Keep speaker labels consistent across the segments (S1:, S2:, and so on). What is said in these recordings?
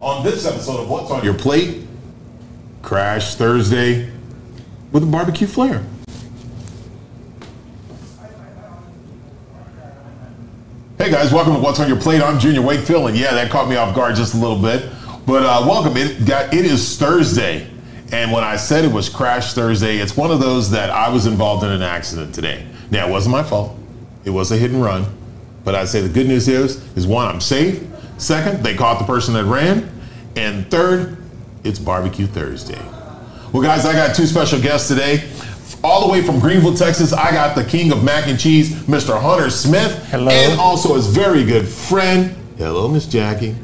S1: On this episode of What's on Your
S2: Your plate, Crash Thursday with a barbecue flair. Hey guys, welcome to What's on Your Plate. I'm Junior Wakefield, and yeah, that caught me off guard just a little bit. But uh, welcome. It got it is Thursday, and when I said it was Crash Thursday, it's one of those that I was involved in an accident today. Now it wasn't my fault. It was a hit and run, but I say the good news is is one, I'm safe. Second, they caught the person that ran, and third, it's Barbecue Thursday. Well, guys, I got two special guests today. All the way from Greenville, Texas, I got the king of mac and cheese, Mr. Hunter Smith.
S3: Hello.
S2: And also his very good friend. Hello, Miss Jackie.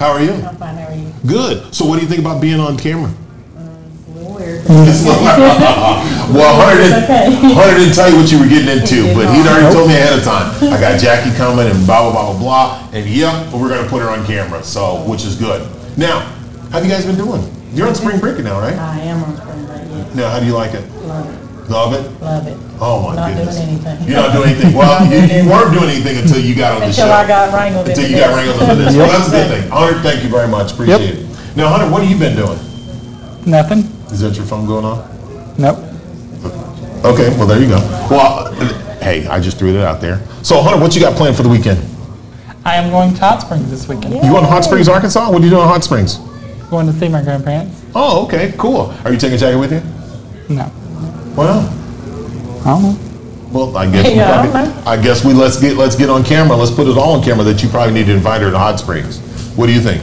S2: How are you?
S4: I'm fine, how are you?
S2: Good. So, what do you think about being on camera?
S4: It's a little weird.
S2: Mm. Well, Hunter didn't,
S4: Okay.
S2: Hunter didn't tell you what you were getting into,
S4: He did
S2: but he'd
S4: not.
S2: already told me ahead of time. I got Jackie coming and blah, blah, blah, blah, blah. And yep, we're going to put her on camera, so which is good. Now, how have you guys been doing? You're on spring break now, right?
S4: I am on spring break, yes.
S2: Now, how do you like it?
S4: Love
S2: Love it?
S4: it, love it.
S2: Oh my
S4: Not
S2: goodness!
S4: doing anything.
S2: You're not doing anything. Well, you,
S4: Not doing
S2: you weren't doing anything until you got on the
S4: Until
S2: show.
S4: I got wrangled into
S2: until you got
S4: this.
S2: wrangled into this. Well, that's a good thing. Hunter, thank you very much. Appreciate it. Now, Hunter, what have you been doing?
S3: Nothing?
S2: Is that your phone going off?
S3: Nope.
S2: Okay. Well, there you go. Well, hey, I just threw that out there. So, Hunter, what you got planned for the weekend?
S3: I am going to Hot Springs this weekend.
S2: You going to Hot Springs, Arkansas? What are you doing in Hot Springs?
S3: Going to see my grandparents?
S2: Oh, okay, cool. Are you taking Jackie with you?
S3: No.
S2: Well,
S3: I don't know.
S2: well, I guess
S4: Yeah,
S2: we
S4: okay.
S2: probably, I guess we let's get let's get on camera. Let's put it all on camera that you probably need to invite her to Hot Springs. What do you think?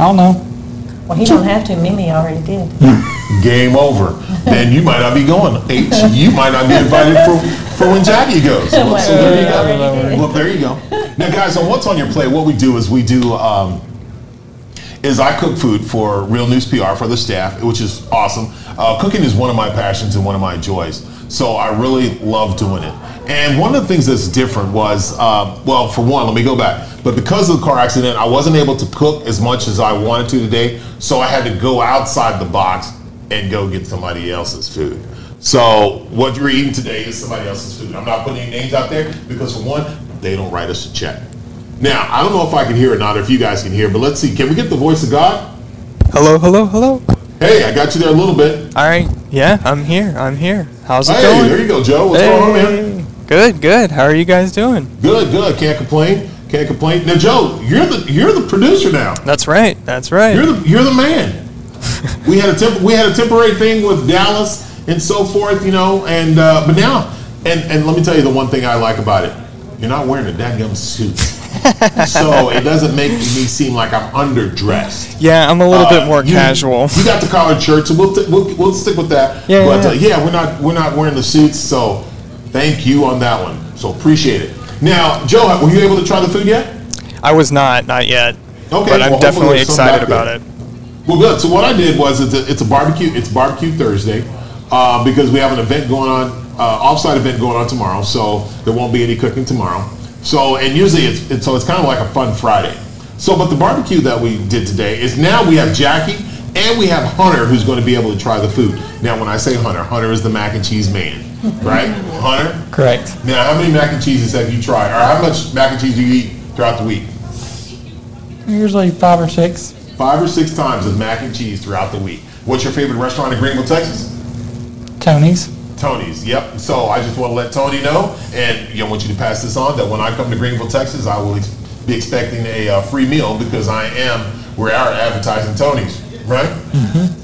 S3: I don't know.
S4: Well, he don't have to, Mimi already did.
S2: game over. Then you might not be going. H, you might not be invited for, for when Jackie goes. Well, so there you go. Well, there you go. Now, guys, on what's on your plate, what we do is we do um, is I cook food for Real News PR for the staff, which is awesome. Uh, cooking is one of my passions and one of my joys, so I really love doing it. And one of the things that's different was, uh, well, for one, let me go back. But because of the car accident, I wasn't able to cook as much as I wanted to today, so I had to go outside the box and go get somebody else's food. So what you're eating today is somebody else's food. I'm not putting any names out there because, for one, they don't write us a check. Now, I don't know if I can hear it or not, or if you guys can hear, but let's see. Can we get the voice of God?
S5: Hello, hello, hello.
S2: Hey, I got you there a little bit.
S5: All right. Yeah, I'm here. I'm here. How's it
S2: hey,
S5: going?
S2: there you go, Joe. What's going on, man?
S5: Hey. Good, good. How are you guys doing?
S2: Good, good. Can't complain. Can't complain. Now, Joe, you're the you're the producer now.
S5: That's right. That's right.
S2: You're the you're the man. we had a temp- we had a temporary thing with Dallas and so forth, you know, and uh, but now and and let me tell you the one thing I like about it. You're not wearing a dadgum suit. so it doesn't make me seem like I'm underdressed.
S5: yeah, I'm a little
S2: Uh,
S5: bit more
S2: you-
S5: casual.
S2: You got the collared shirts, and we'll, t- we'll we'll stick with that.
S5: Yeah,
S2: but
S5: yeah,
S2: uh, yeah, we're not we're not wearing the suits, so thank you on that one. So appreciate it. Now, Joe, were you able to try the food yet?
S5: I was not, not yet.
S2: Okay,
S5: but I'm
S2: well, hopefully
S5: definitely
S2: there's some back
S5: excited about
S2: there.
S5: it.
S2: Well, good. So what I did was it's a, it's a barbecue. It's barbecue Thursday uh, because we have an event going on, uh, offsite event going on tomorrow. So there won't be any cooking tomorrow. So and usually it's, it's so it's kind of like a fun Friday. So but the barbecue that we did today is now we have Jackie and we have Hunter who's going to be able to try the food. Now when I say Hunter, Hunter is the mac and cheese man, right? Hunter.
S3: Correct.
S2: Now how many mac and cheeses have you tried, or how much mac and cheese do you eat throughout the week?
S3: Usually five or six.
S2: five or six times with mac and cheese throughout the week. What's your favorite restaurant in Greenville, Texas?
S3: Tony's.
S2: Tony's. Yep. So I just want to let Tony know, and you know, want you to pass this on that when I come to Greenville, Texas, I will ex- be expecting a uh, free meal because I am we are advertising Tony's, right?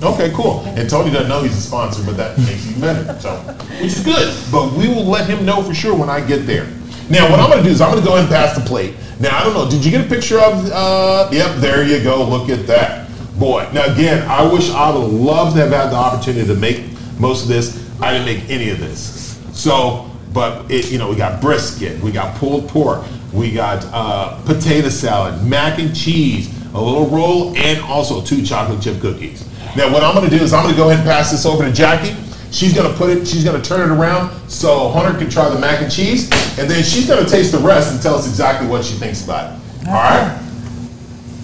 S2: Okay, cool. And Tony doesn't know he's a sponsor, but that makes it better. So, which is good. But we will let him know for sure when I get there. Now, what I'm going to do is I'm going to go ahead and pass the plate. Now, I don't know. Did you get a picture of? Uh, yep, there you go. Look at that, boy. Now, again, I wish I would love to have had the opportunity to make most of this. I didn't make any of this. So, but it, you know, we got brisket, we got pulled pork, we got uh, potato salad, mac and cheese, a little roll, and also two chocolate chip cookies. Now, what I'm going to do is I'm going to go ahead and pass this over to Jackie. She's going to put it, she's going to turn it around so Hunter can try the mac and cheese, and then she's going to taste the rest and tell us exactly what she thinks about it. All right?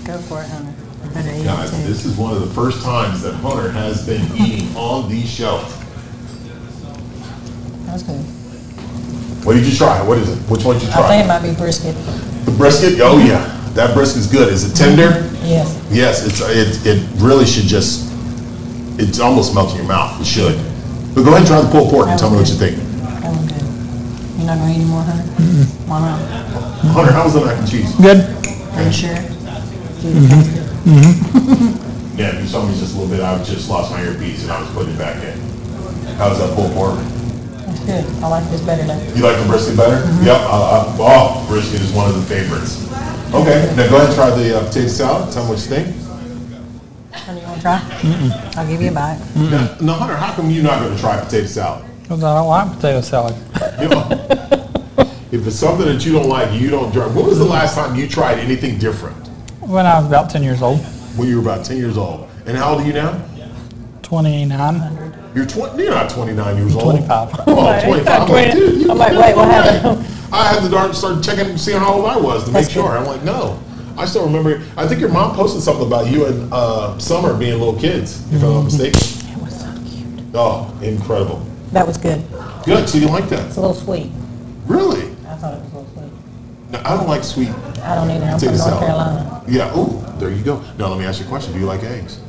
S4: Go for it, Hunter. I better eat
S2: Guys,
S4: it too.
S2: this is one of the first times that Hunter has been eating on the show.
S4: That was good.
S2: What did you try? What is it? Which one did you try?
S4: I think it might be brisket.
S2: The brisket? Oh, yeah. That brisket's good. Is it tender?
S4: Yes.
S2: Yes, it's, it, it really should just, it's almost melting your mouth. It should. But go ahead and try the pulled pork and tell me what you think.
S4: That one good. You're not gonna eat any more, Hunter? Why not?
S2: Hunter, how was the mac and cheese?
S3: Good.
S4: Are you sure?
S2: Yeah, if you saw me just a little bit, I just lost my earpiece and I was putting it back in. How's that pulled pork?
S4: That's good. I like this better than.
S2: You like the brisket better? Yep. I, I, oh, brisket is one of the favorites. Okay, now go ahead and try the uh, potato salad. Tell me what you think.
S4: Hunter, you wanna try? I'll give you a bite.
S2: Now, now, Hunter, how come you're not going to try potato salad?
S3: Because I don't like potato salad.
S2: You know, if it's something that you don't like, you don't try. When was the last time you tried anything different?
S3: When I was about 10 years old,
S2: When you were about 10 years old. And how old are you now?
S3: 29,
S2: You're 20. You're not 29 years old.
S3: 25.
S2: Oh, 25. I'm like, dude, you
S4: I'm like, wait, what happened?
S2: I had to darn- start checking, seeing how old I was to make
S4: That's good.
S2: sure. I'm like, no. I still remember. I think your mom posted something about you and uh, Summer being little kids, if
S4: Mm-hmm.
S2: I'm not mistaken.
S4: It was so cute.
S2: Oh, incredible.
S4: That was good.
S2: Good. So you like that?
S4: It's a little sweet.
S2: Really?
S4: I thought it was a little sweet.
S2: No, I don't like sweet.
S4: I don't either. I'm
S2: Potato
S4: from
S2: salad.
S4: North Carolina.
S2: Yeah. Ooh, there you go. Now let me ask you a question. Do you like eggs?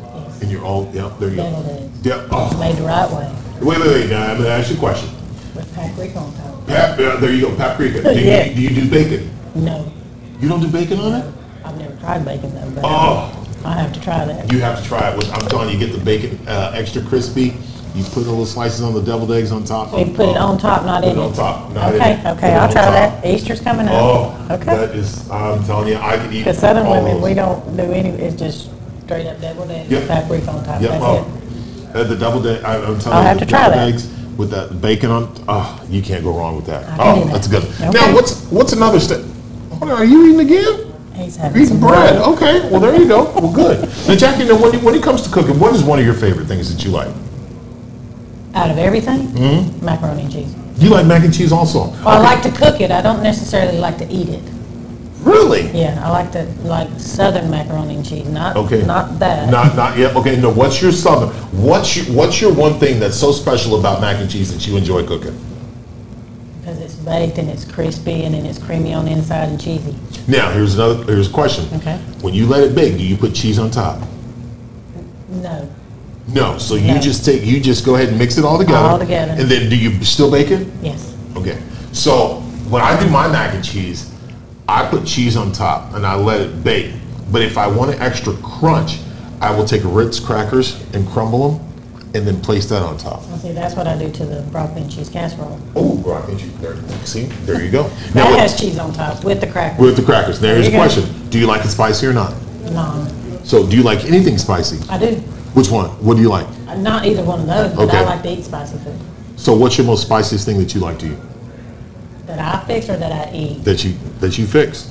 S2: And you're all. Yeah. There you
S4: Deviled
S2: go.
S4: eggs.
S2: Yeah. Oh.
S4: Made the right way
S2: Wait, wait, wait. Now, I'm gonna ask you a question.
S4: with paprika on top.
S2: Pap, uh, there you go. Paprika. Do,
S4: Yeah.
S2: you, do you do bacon?
S4: No,
S2: You don't do bacon on it?
S4: I've never tried bacon though, but
S2: Oh.
S4: I have to try that.
S2: You have to try it. With, I'm telling you, get the bacon uh, extra crispy. You put little slices on the deviled eggs on top.
S4: We put it on top, not
S2: Put
S4: in
S2: it
S4: it.
S2: on top, not in it.
S4: Okay,
S2: Put it
S4: okay, I'll
S2: on
S4: try
S2: top.
S4: that. Easter's coming up.
S2: Oh,
S4: Okay.
S2: that is. I'm telling you, I could eat.
S4: Because southern
S2: all
S4: women,
S2: those.
S4: we don't do any, it's just straight up deviled eggs,
S2: Yep.
S4: with paprika on top,
S2: Yep.
S4: that's
S2: oh,
S4: it.
S2: uh, the double day. I, am telling
S4: I'll
S2: you,
S4: have
S2: the
S4: to try
S2: deviled
S4: that.
S2: eggs with that bacon on. Oh, you can't go wrong with that.
S4: I can
S2: oh,
S4: do that.
S2: that's good.
S4: Okay.
S2: Now, what's what's another step? Hold on, are you eating again?
S4: He's
S2: You're
S4: having
S2: eating
S4: some
S2: bread. Oh. Okay, well there you go. Well, good. Now, Jackie, now when, it- when it comes to cooking, what is one of your favorite things that you like?
S4: Out of everything?
S2: Mm-hmm.
S4: Macaroni and cheese.
S2: You like mac and cheese also.
S4: Well, I like to cook it, I don't necessarily like to eat it.
S2: Really?
S4: Yeah, I like to, like southern macaroni and cheese, not,
S2: Okay.
S4: not that.
S2: Not not yet. Okay, no. What's your southern? What's your what's your one thing that's so special about mac and cheese that you enjoy cooking?
S4: Because it's baked and it's crispy and then it's creamy on the inside and cheesy.
S2: Now, here's another here's a question.
S4: Okay.
S2: When you let it bake, do you put cheese on top?
S4: No,
S2: No. So you
S4: No.
S2: just take you just go ahead and mix it all together.
S4: All together.
S2: And then do you still bake it?
S4: yes.
S2: Okay. So when I do my mac and cheese, I put cheese on top and I let it bake. But if I want an extra crunch, I will take Ritz crackers and crumble them, and then place that on top.
S4: Well, see, that's what I do to the broccoli and cheese casserole.
S2: Oh, broccoli and cheese. There, see, there you go. Now
S4: That
S2: with-
S4: has cheese on top with the crackers.
S2: with the crackers, there's
S4: you
S2: a
S4: go.
S2: question: Do you like it spicy or not?
S4: No,
S2: So, do you like anything spicy?
S4: I do. uh,
S2: Which one? What do you like?
S4: Not either one of those, but I
S2: Okay.
S4: like to eat spicy food.
S2: So, what's your most spiciest thing that you like to eat?
S4: That I fix or that I eat.
S2: That you that you fix?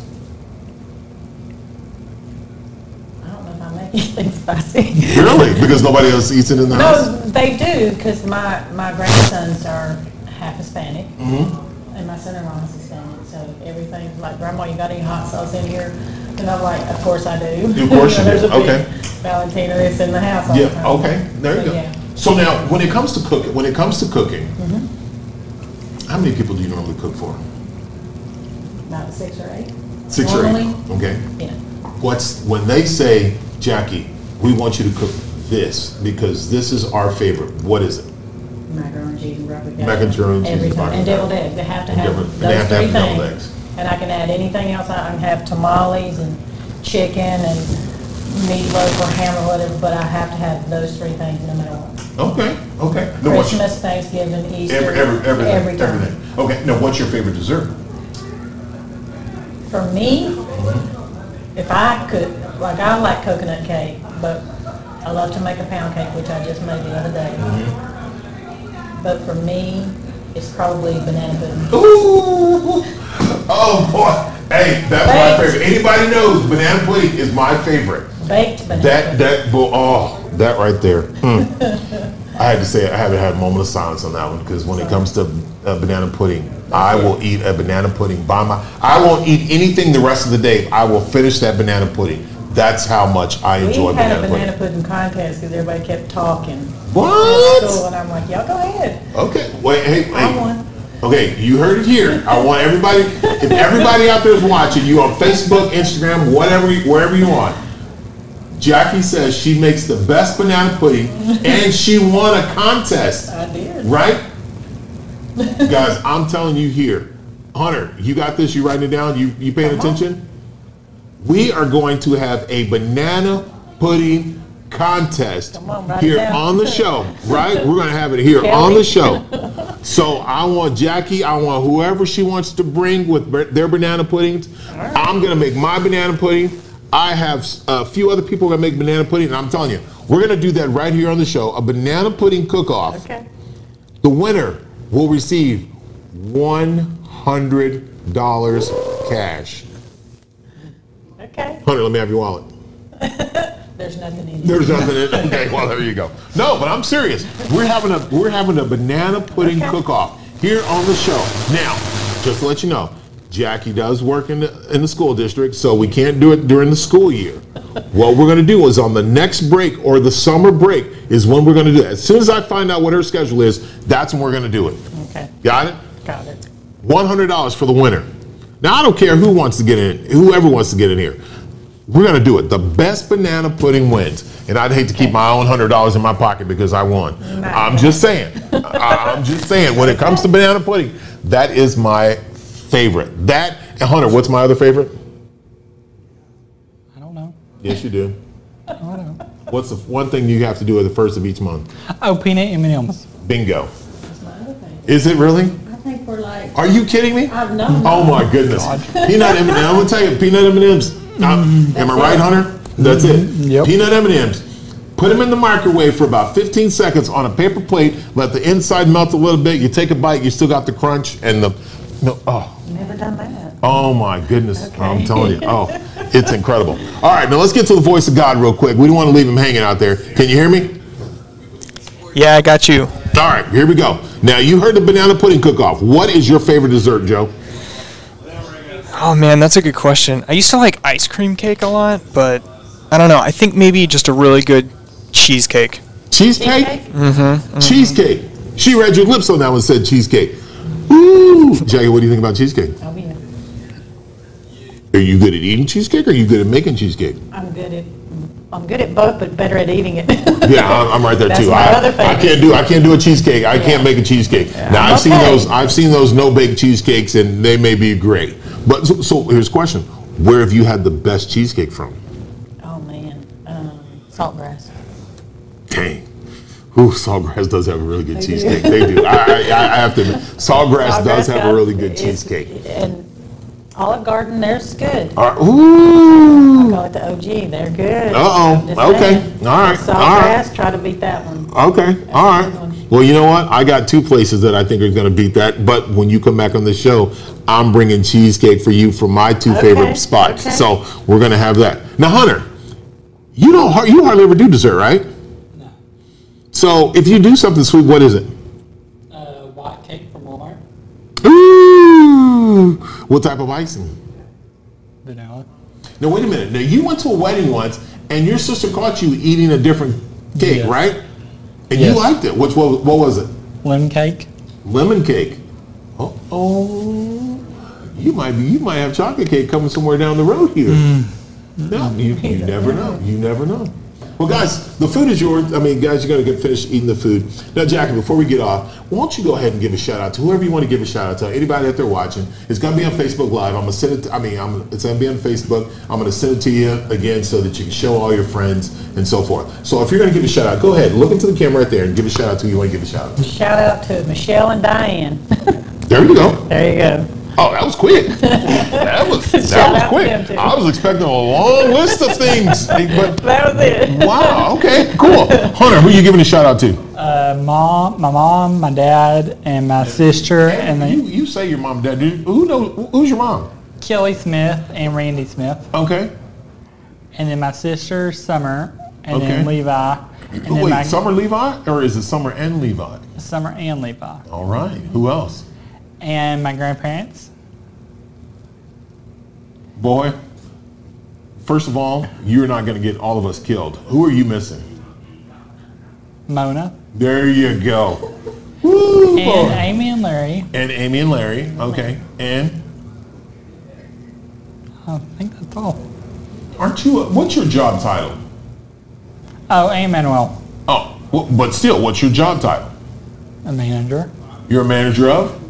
S4: I don't know if I make anything spicy.
S2: Really? because nobody else eats it in the house.
S4: No, they do, because my, my grandsons are half Hispanic.
S2: Mm-hmm.
S4: And my son-in-law is Hispanic, so everything, like, Grandma, you got any hot sauce in here? And I'm like, of course I do.
S2: Of course you do.
S4: There's a big
S2: Okay.
S4: Valentina that's in the house all the time.
S2: Yeah. Okay. There you
S4: So,
S2: go.
S4: yeah.
S2: So now, when it comes to cooking, when it comes to cooking,
S4: Mm-hmm.
S2: how many people do you normally cook for?
S4: About six or eight.
S2: Six
S4: Normally,
S2: or eight? Okay.
S4: Yeah.
S2: what's when they say, Jackie, we want you to cook this because this is our favorite. What is it?
S4: Macaroni and cheese and broccoli.
S2: Macaroni and cheese and
S4: Every time,
S2: broccoli.
S4: and deviled eggs, they have to
S2: And deviled-
S4: have
S2: they have
S4: those
S2: to have
S4: three
S2: the deviled
S4: things. And I can add anything else, I can have tamales and chicken and meatloaf or ham or whatever, but I have to have those three things no matter what.
S2: Okay, okay. Now what's your-
S4: Christmas, Thanksgiving, Easter,
S2: every, every,
S4: every
S2: everything,
S4: time.
S2: everything. Okay, now what's your favorite dessert?
S4: For me,
S2: Mm-hmm.
S4: if I could, like, I like coconut cake, but I love to make a pound cake, which I just made the other day.
S2: Mm-hmm.
S4: But for me, it's probably banana pudding.
S2: Ooh, oh boy. Hey, that's my
S4: Baked.
S2: favorite. Anybody knows banana pudding is my favorite.
S4: Baked banana.
S2: That that bo- oh that right there. Hmm. I had to say I had to have a moment of silence on that one because when it comes to uh, banana pudding, I will eat a banana pudding by my. I won't eat anything the rest of the day. I will finish that banana pudding. That's how much I
S4: We
S2: enjoy
S4: had
S2: banana,
S4: a banana
S2: pudding.
S4: pudding contest because everybody kept talking. at
S2: What?
S4: school, And I'm like, y'all go ahead.
S2: Okay. Wait. Hey.
S4: I
S2: Hey.
S4: won.
S2: Okay, you heard it here. I want everybody, if everybody out there is watching, you on Facebook, Instagram, whatever, you- wherever you want. Jackie says she makes the best banana pudding, and she won a contest.
S4: I did.
S2: Right? Guys, I'm telling you here. Hunter, you got this? You writing it down? You, you
S4: Uh-huh.
S2: paying attention? We are going to have a banana pudding contest
S4: Come on, write it
S2: here
S4: down.
S2: on the show, right? We're going to have it here on the show. So I want Jackie, I want whoever she wants to bring with ba- their banana puddings. I'm going to make my banana pudding. I have s- a few other people going to make banana pudding, and I'm telling you, we're going to do that right here on the show a banana pudding cook off.
S4: Okay.
S2: The winner will receive $100 cash.
S4: Okay.
S2: Hunter, let me have your wallet.
S4: There's nothing in it.
S2: There's nothing in it. Okay, well, there you go. No, but I'm serious. We're having a we're having a banana pudding
S4: Okay.
S2: cook-off here on the show. Now, just to let you know, Jackie does work in the, in the school district, so we can't do it during the school year. What we're going to do is on the next break or the summer break is when we're going to do it. As soon as I find out what her schedule is, that's when we're going to do it.
S4: Okay.
S2: Got it?
S4: Got it.
S2: One hundred dollars for the winner. Now I don't care who wants to get in, whoever wants to get in here. We're gonna do it. The best banana pudding wins. And I'd hate to keep my own hundred dollars in my pocket because I won. I'm just saying. I- I'm just saying. When it comes to banana pudding, that is my favorite. That and Hunter, what's my other favorite?
S3: I don't know.
S2: Yes, you do.
S3: I don't know.
S2: What's the one thing you have to do at the first of each month?
S3: Oh, peanut M&Ms.
S2: Bingo.
S4: That's my other thing.
S2: Is it really?
S4: I think we're like,
S2: Are you kidding me?
S4: I've known.
S2: Oh my goodness! Peanut M&Ms. I'm gonna tell you, peanut M&Ms. I'm- Am I right, Hunter? That's it.
S3: Yep.
S2: Peanut M&Ms. Put them in the microwave for about 15 seconds on a paper plate. Let the inside melt a little bit. You take a bite. You still got the crunch and the. No, oh,
S4: Never done that.
S2: oh my goodness! I'm
S4: Okay.
S2: telling you, oh, it's incredible. All right, now let's get to the voice of God real quick. We don't want to leave him hanging out there. Can you hear me?
S5: Yeah, I got you.
S2: All right, here we go. Now you heard the banana pudding cook-off. What is your favorite dessert, Joe?
S5: Oh man, that's a good question. I used to like ice cream cake a lot, but I don't know. I think maybe just a really good cheesecake.
S2: Cheesecake?
S4: Cheesecake?
S2: Cheesecake. She read your lips on that one and said cheesecake. Ooh. Jackie, what do you think about cheesecake?
S4: Oh, yeah.
S2: Are you good at eating cheesecake or are you good at making cheesecake?
S4: I'm good at, I'm good at both, but better at eating it.
S2: Yeah, I'm, I'm right there
S4: That's
S2: too.
S4: my
S2: I,
S4: other
S2: I
S4: favorite.
S2: can't do I can't do a cheesecake. I can't make a cheesecake. Now I've seen
S4: Okay.
S2: those I've seen those no bake cheesecakes and they may be great. But so, so here's a question: Where have you had the best cheesecake from?
S4: Oh, man. Um, Saltgrass.
S2: Dang. Ooh, Sawgrass does have a really good cheesecake. They do. I, I, I have to. admit, Sawgrass, does have a really good
S4: It's-
S2: cheesecake.
S4: And Olive Garden, there's good.
S2: All right. Ooh.
S4: Call it the OG, they're good.
S2: Uh-oh.
S4: I'm just
S2: Okay.
S4: saying.
S2: All right.
S4: Salt
S2: All right.
S4: grass, try to beat that one.
S2: Okay, all
S4: a
S2: right.
S4: good one.
S2: Well, you know what? I got two places that I think are going to beat that. But when you come back on the show, I'm bringing cheesecake for you from my two
S4: Okay,
S2: favorite spots.
S4: okay.
S2: So we're going to have that. Now, Hunter, you don't har- you hardly ever do dessert, right? No. So if you do something sweet, what is it?
S1: uh, white cake from Walmart.
S2: Ooh, what type of icing?
S3: Vanilla.
S2: Now wait a minute. Now you went to a wedding once, and your sister caught you eating a different cake,
S3: Yes.
S2: right? And
S3: Yes.
S2: you liked it. Which what, what was it?
S3: Lemon cake.
S2: lemon cake. Uh-oh. You might be you might have chocolate cake coming somewhere down the road here. No, you, you never know. You never know. Well, guys, the food is yours. I mean, guys, you're going to get finished eating the food. Now, Jackie, before we get off, why don't you go ahead and give a shout out to whoever you want to give a shout out to, anybody out there watching. It's going to be on Facebook Live. I'm going to send it, to, I mean, I'm, it's going to be on Facebook. I'm going to send it to you again so that you can show all your friends and so forth. So if you're going to give a shout out, go ahead, look into the camera right there and give a shout out to who you want to give a shout out to.
S4: Shout out to Michelle and Diane.
S2: There you go.
S4: There you go.
S2: Oh, that was quick. That was that
S4: Shout
S2: was
S4: out to them,
S2: quick.
S4: too.
S2: I was expecting a long list of things, but
S4: That was it.
S2: wow, okay, cool. Hunter, who you giving a shout out to?
S3: Uh, mom, my mom, my dad, and my sister, and
S2: you,
S3: then
S2: you say your mom, dad. Dude, who knows? Who's your mom?
S3: Kelly Smith and Randy Smith,
S2: Okay.
S3: and then my sister Summer, and
S2: Okay. Oh,
S3: then Levi, and then
S2: Wait,
S3: my
S2: Summer Levi, or is it Summer and Levi?
S3: Summer and Levi,
S2: All right. Who else?
S3: and my grandparents.
S2: Boy, first of all, you're not going to get all of us killed. Who are you missing?
S3: Mona.
S2: There you go. Woo!
S3: And Amy and Larry.
S2: And Amy and Larry. Okay. And
S3: I think that's all.
S2: aren't you? A, what's your job title?
S3: Oh, and Manuel,
S2: Oh, w- but still, what's your job title?
S3: a manager.
S2: You're a manager of.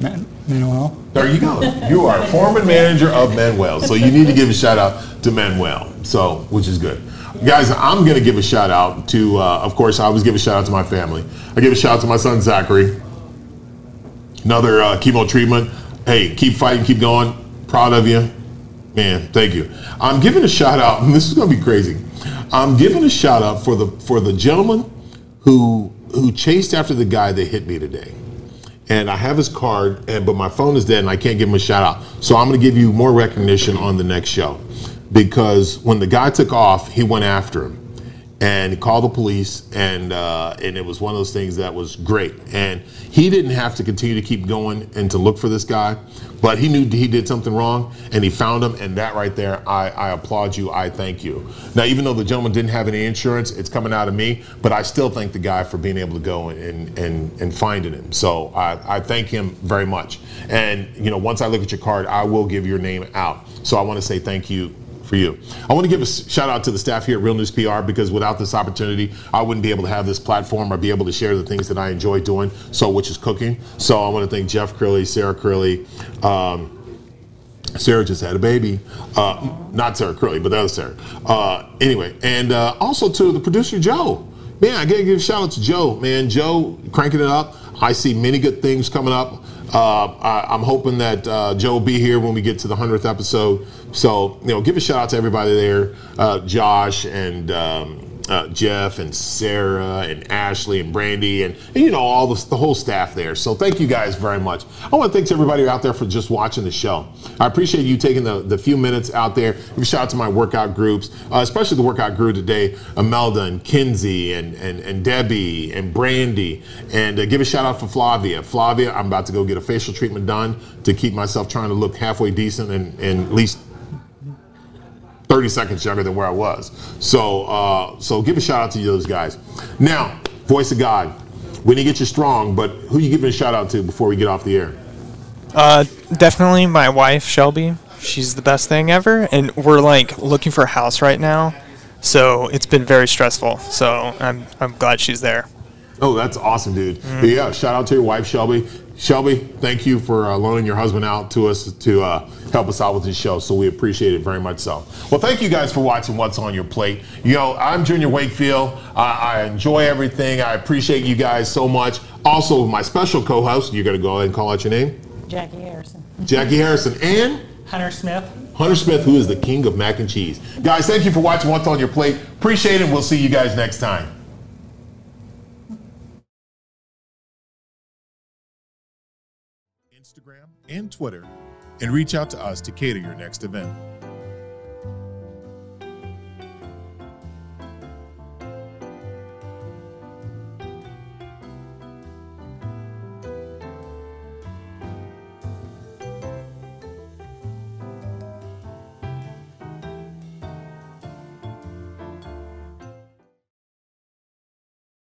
S3: Man- Manuel.
S2: There you go. You are a former manager of Manuel, so you need to give a shout out to Manuel. So, which is good, guys. I'm gonna give a shout out to. Uh, of course, I always give a shout out to my family. I give a shout out to my son Zachary. Another uh, chemo treatment. Hey, keep fighting, keep going. Proud of you, man. Thank you. I'm giving a shout out, and this is gonna be crazy. I'm giving a shout out for the for the gentleman who who chased after the guy that hit me today and I have his card, and but my phone is dead, and I can't give him a shout out. So I'm going to give you more recognition on the next show, because when the guy took off, he went after him, and he called the police, and uh, and it was one of those things that was great, and he didn't have to continue to keep going and to look for this guy, but he knew he did something wrong, and he found him, and that right there, I, I applaud you, I thank you. Now, even though the gentleman didn't have any insurance, it's coming out of me, but I still thank the guy for being able to go and and and finding him. So I, I thank him very much. And you know, once I look at your card, I will give your name out. So I want to say thank you for you. I want to give a s- shout out to the staff here at Real News PR because without this opportunity, I wouldn't be able to have this platform or be able to share the things that I enjoy doing. So, which is cooking. So I want to thank Jeff Curley, Sarah Curley. Um, Sarah just had a baby. Uh, not Sarah Curley, but the other Sarah. Uh, anyway, and uh, also to the producer, Joe. Man, I gotta give a shout out to Joe, man. Joe cranking it up. I see many good things coming up. Uh, I, I'm hoping that uh, Joe will be here when we get to the 100th episode. So, you know, give a shout out to everybody there uh, Josh and. Um, uh, Jeff and Sarah and Ashley and Brandy and, and, you know all the, the whole staff there. So thank you guys very much. I want to thank everybody out there for just watching the show. I appreciate you taking the, the few minutes out there. Give a shout out to my workout groups, uh, especially the workout group today, Imelda and Kinsey and and, and Debbie and Brandy. And uh, give a shout out for Flavia. Flavia, I'm about to go get a facial treatment done to keep myself trying to look halfway decent and, and at least 30 seconds younger than where I was. So, uh, so give a shout out to those guys. Now, voice of God, when you get you strong, but who you giving a shout out to before we get off the air?
S5: Uh, definitely my wife Shelby. She's the best thing ever, and we're like looking for a house right now, so it's been very stressful. So I'm I'm glad she's there.
S2: Oh, that's awesome, dude. Yeah, shout out to your wife, Shelby. Shelby, thank you for uh, loaning your husband out to us to uh, help us out with this show. So we appreciate it very much. So, well, thank you guys for watching. What's on your plate? Yo, I'm Junior Wakefield. I, I enjoy everything. I appreciate you guys so much. Also, my special co-host. You're gonna go ahead and call out your name.
S4: Jackie Harrison.
S2: Jackie Harrison and
S4: Hunter Smith.
S2: Hunter Smith, who is the king of mac and cheese. Guys, thank you for watching What's on Your Plate. Appreciate it. We'll see you guys next time. Instagram and Twitter, and reach out to us to cater your next event.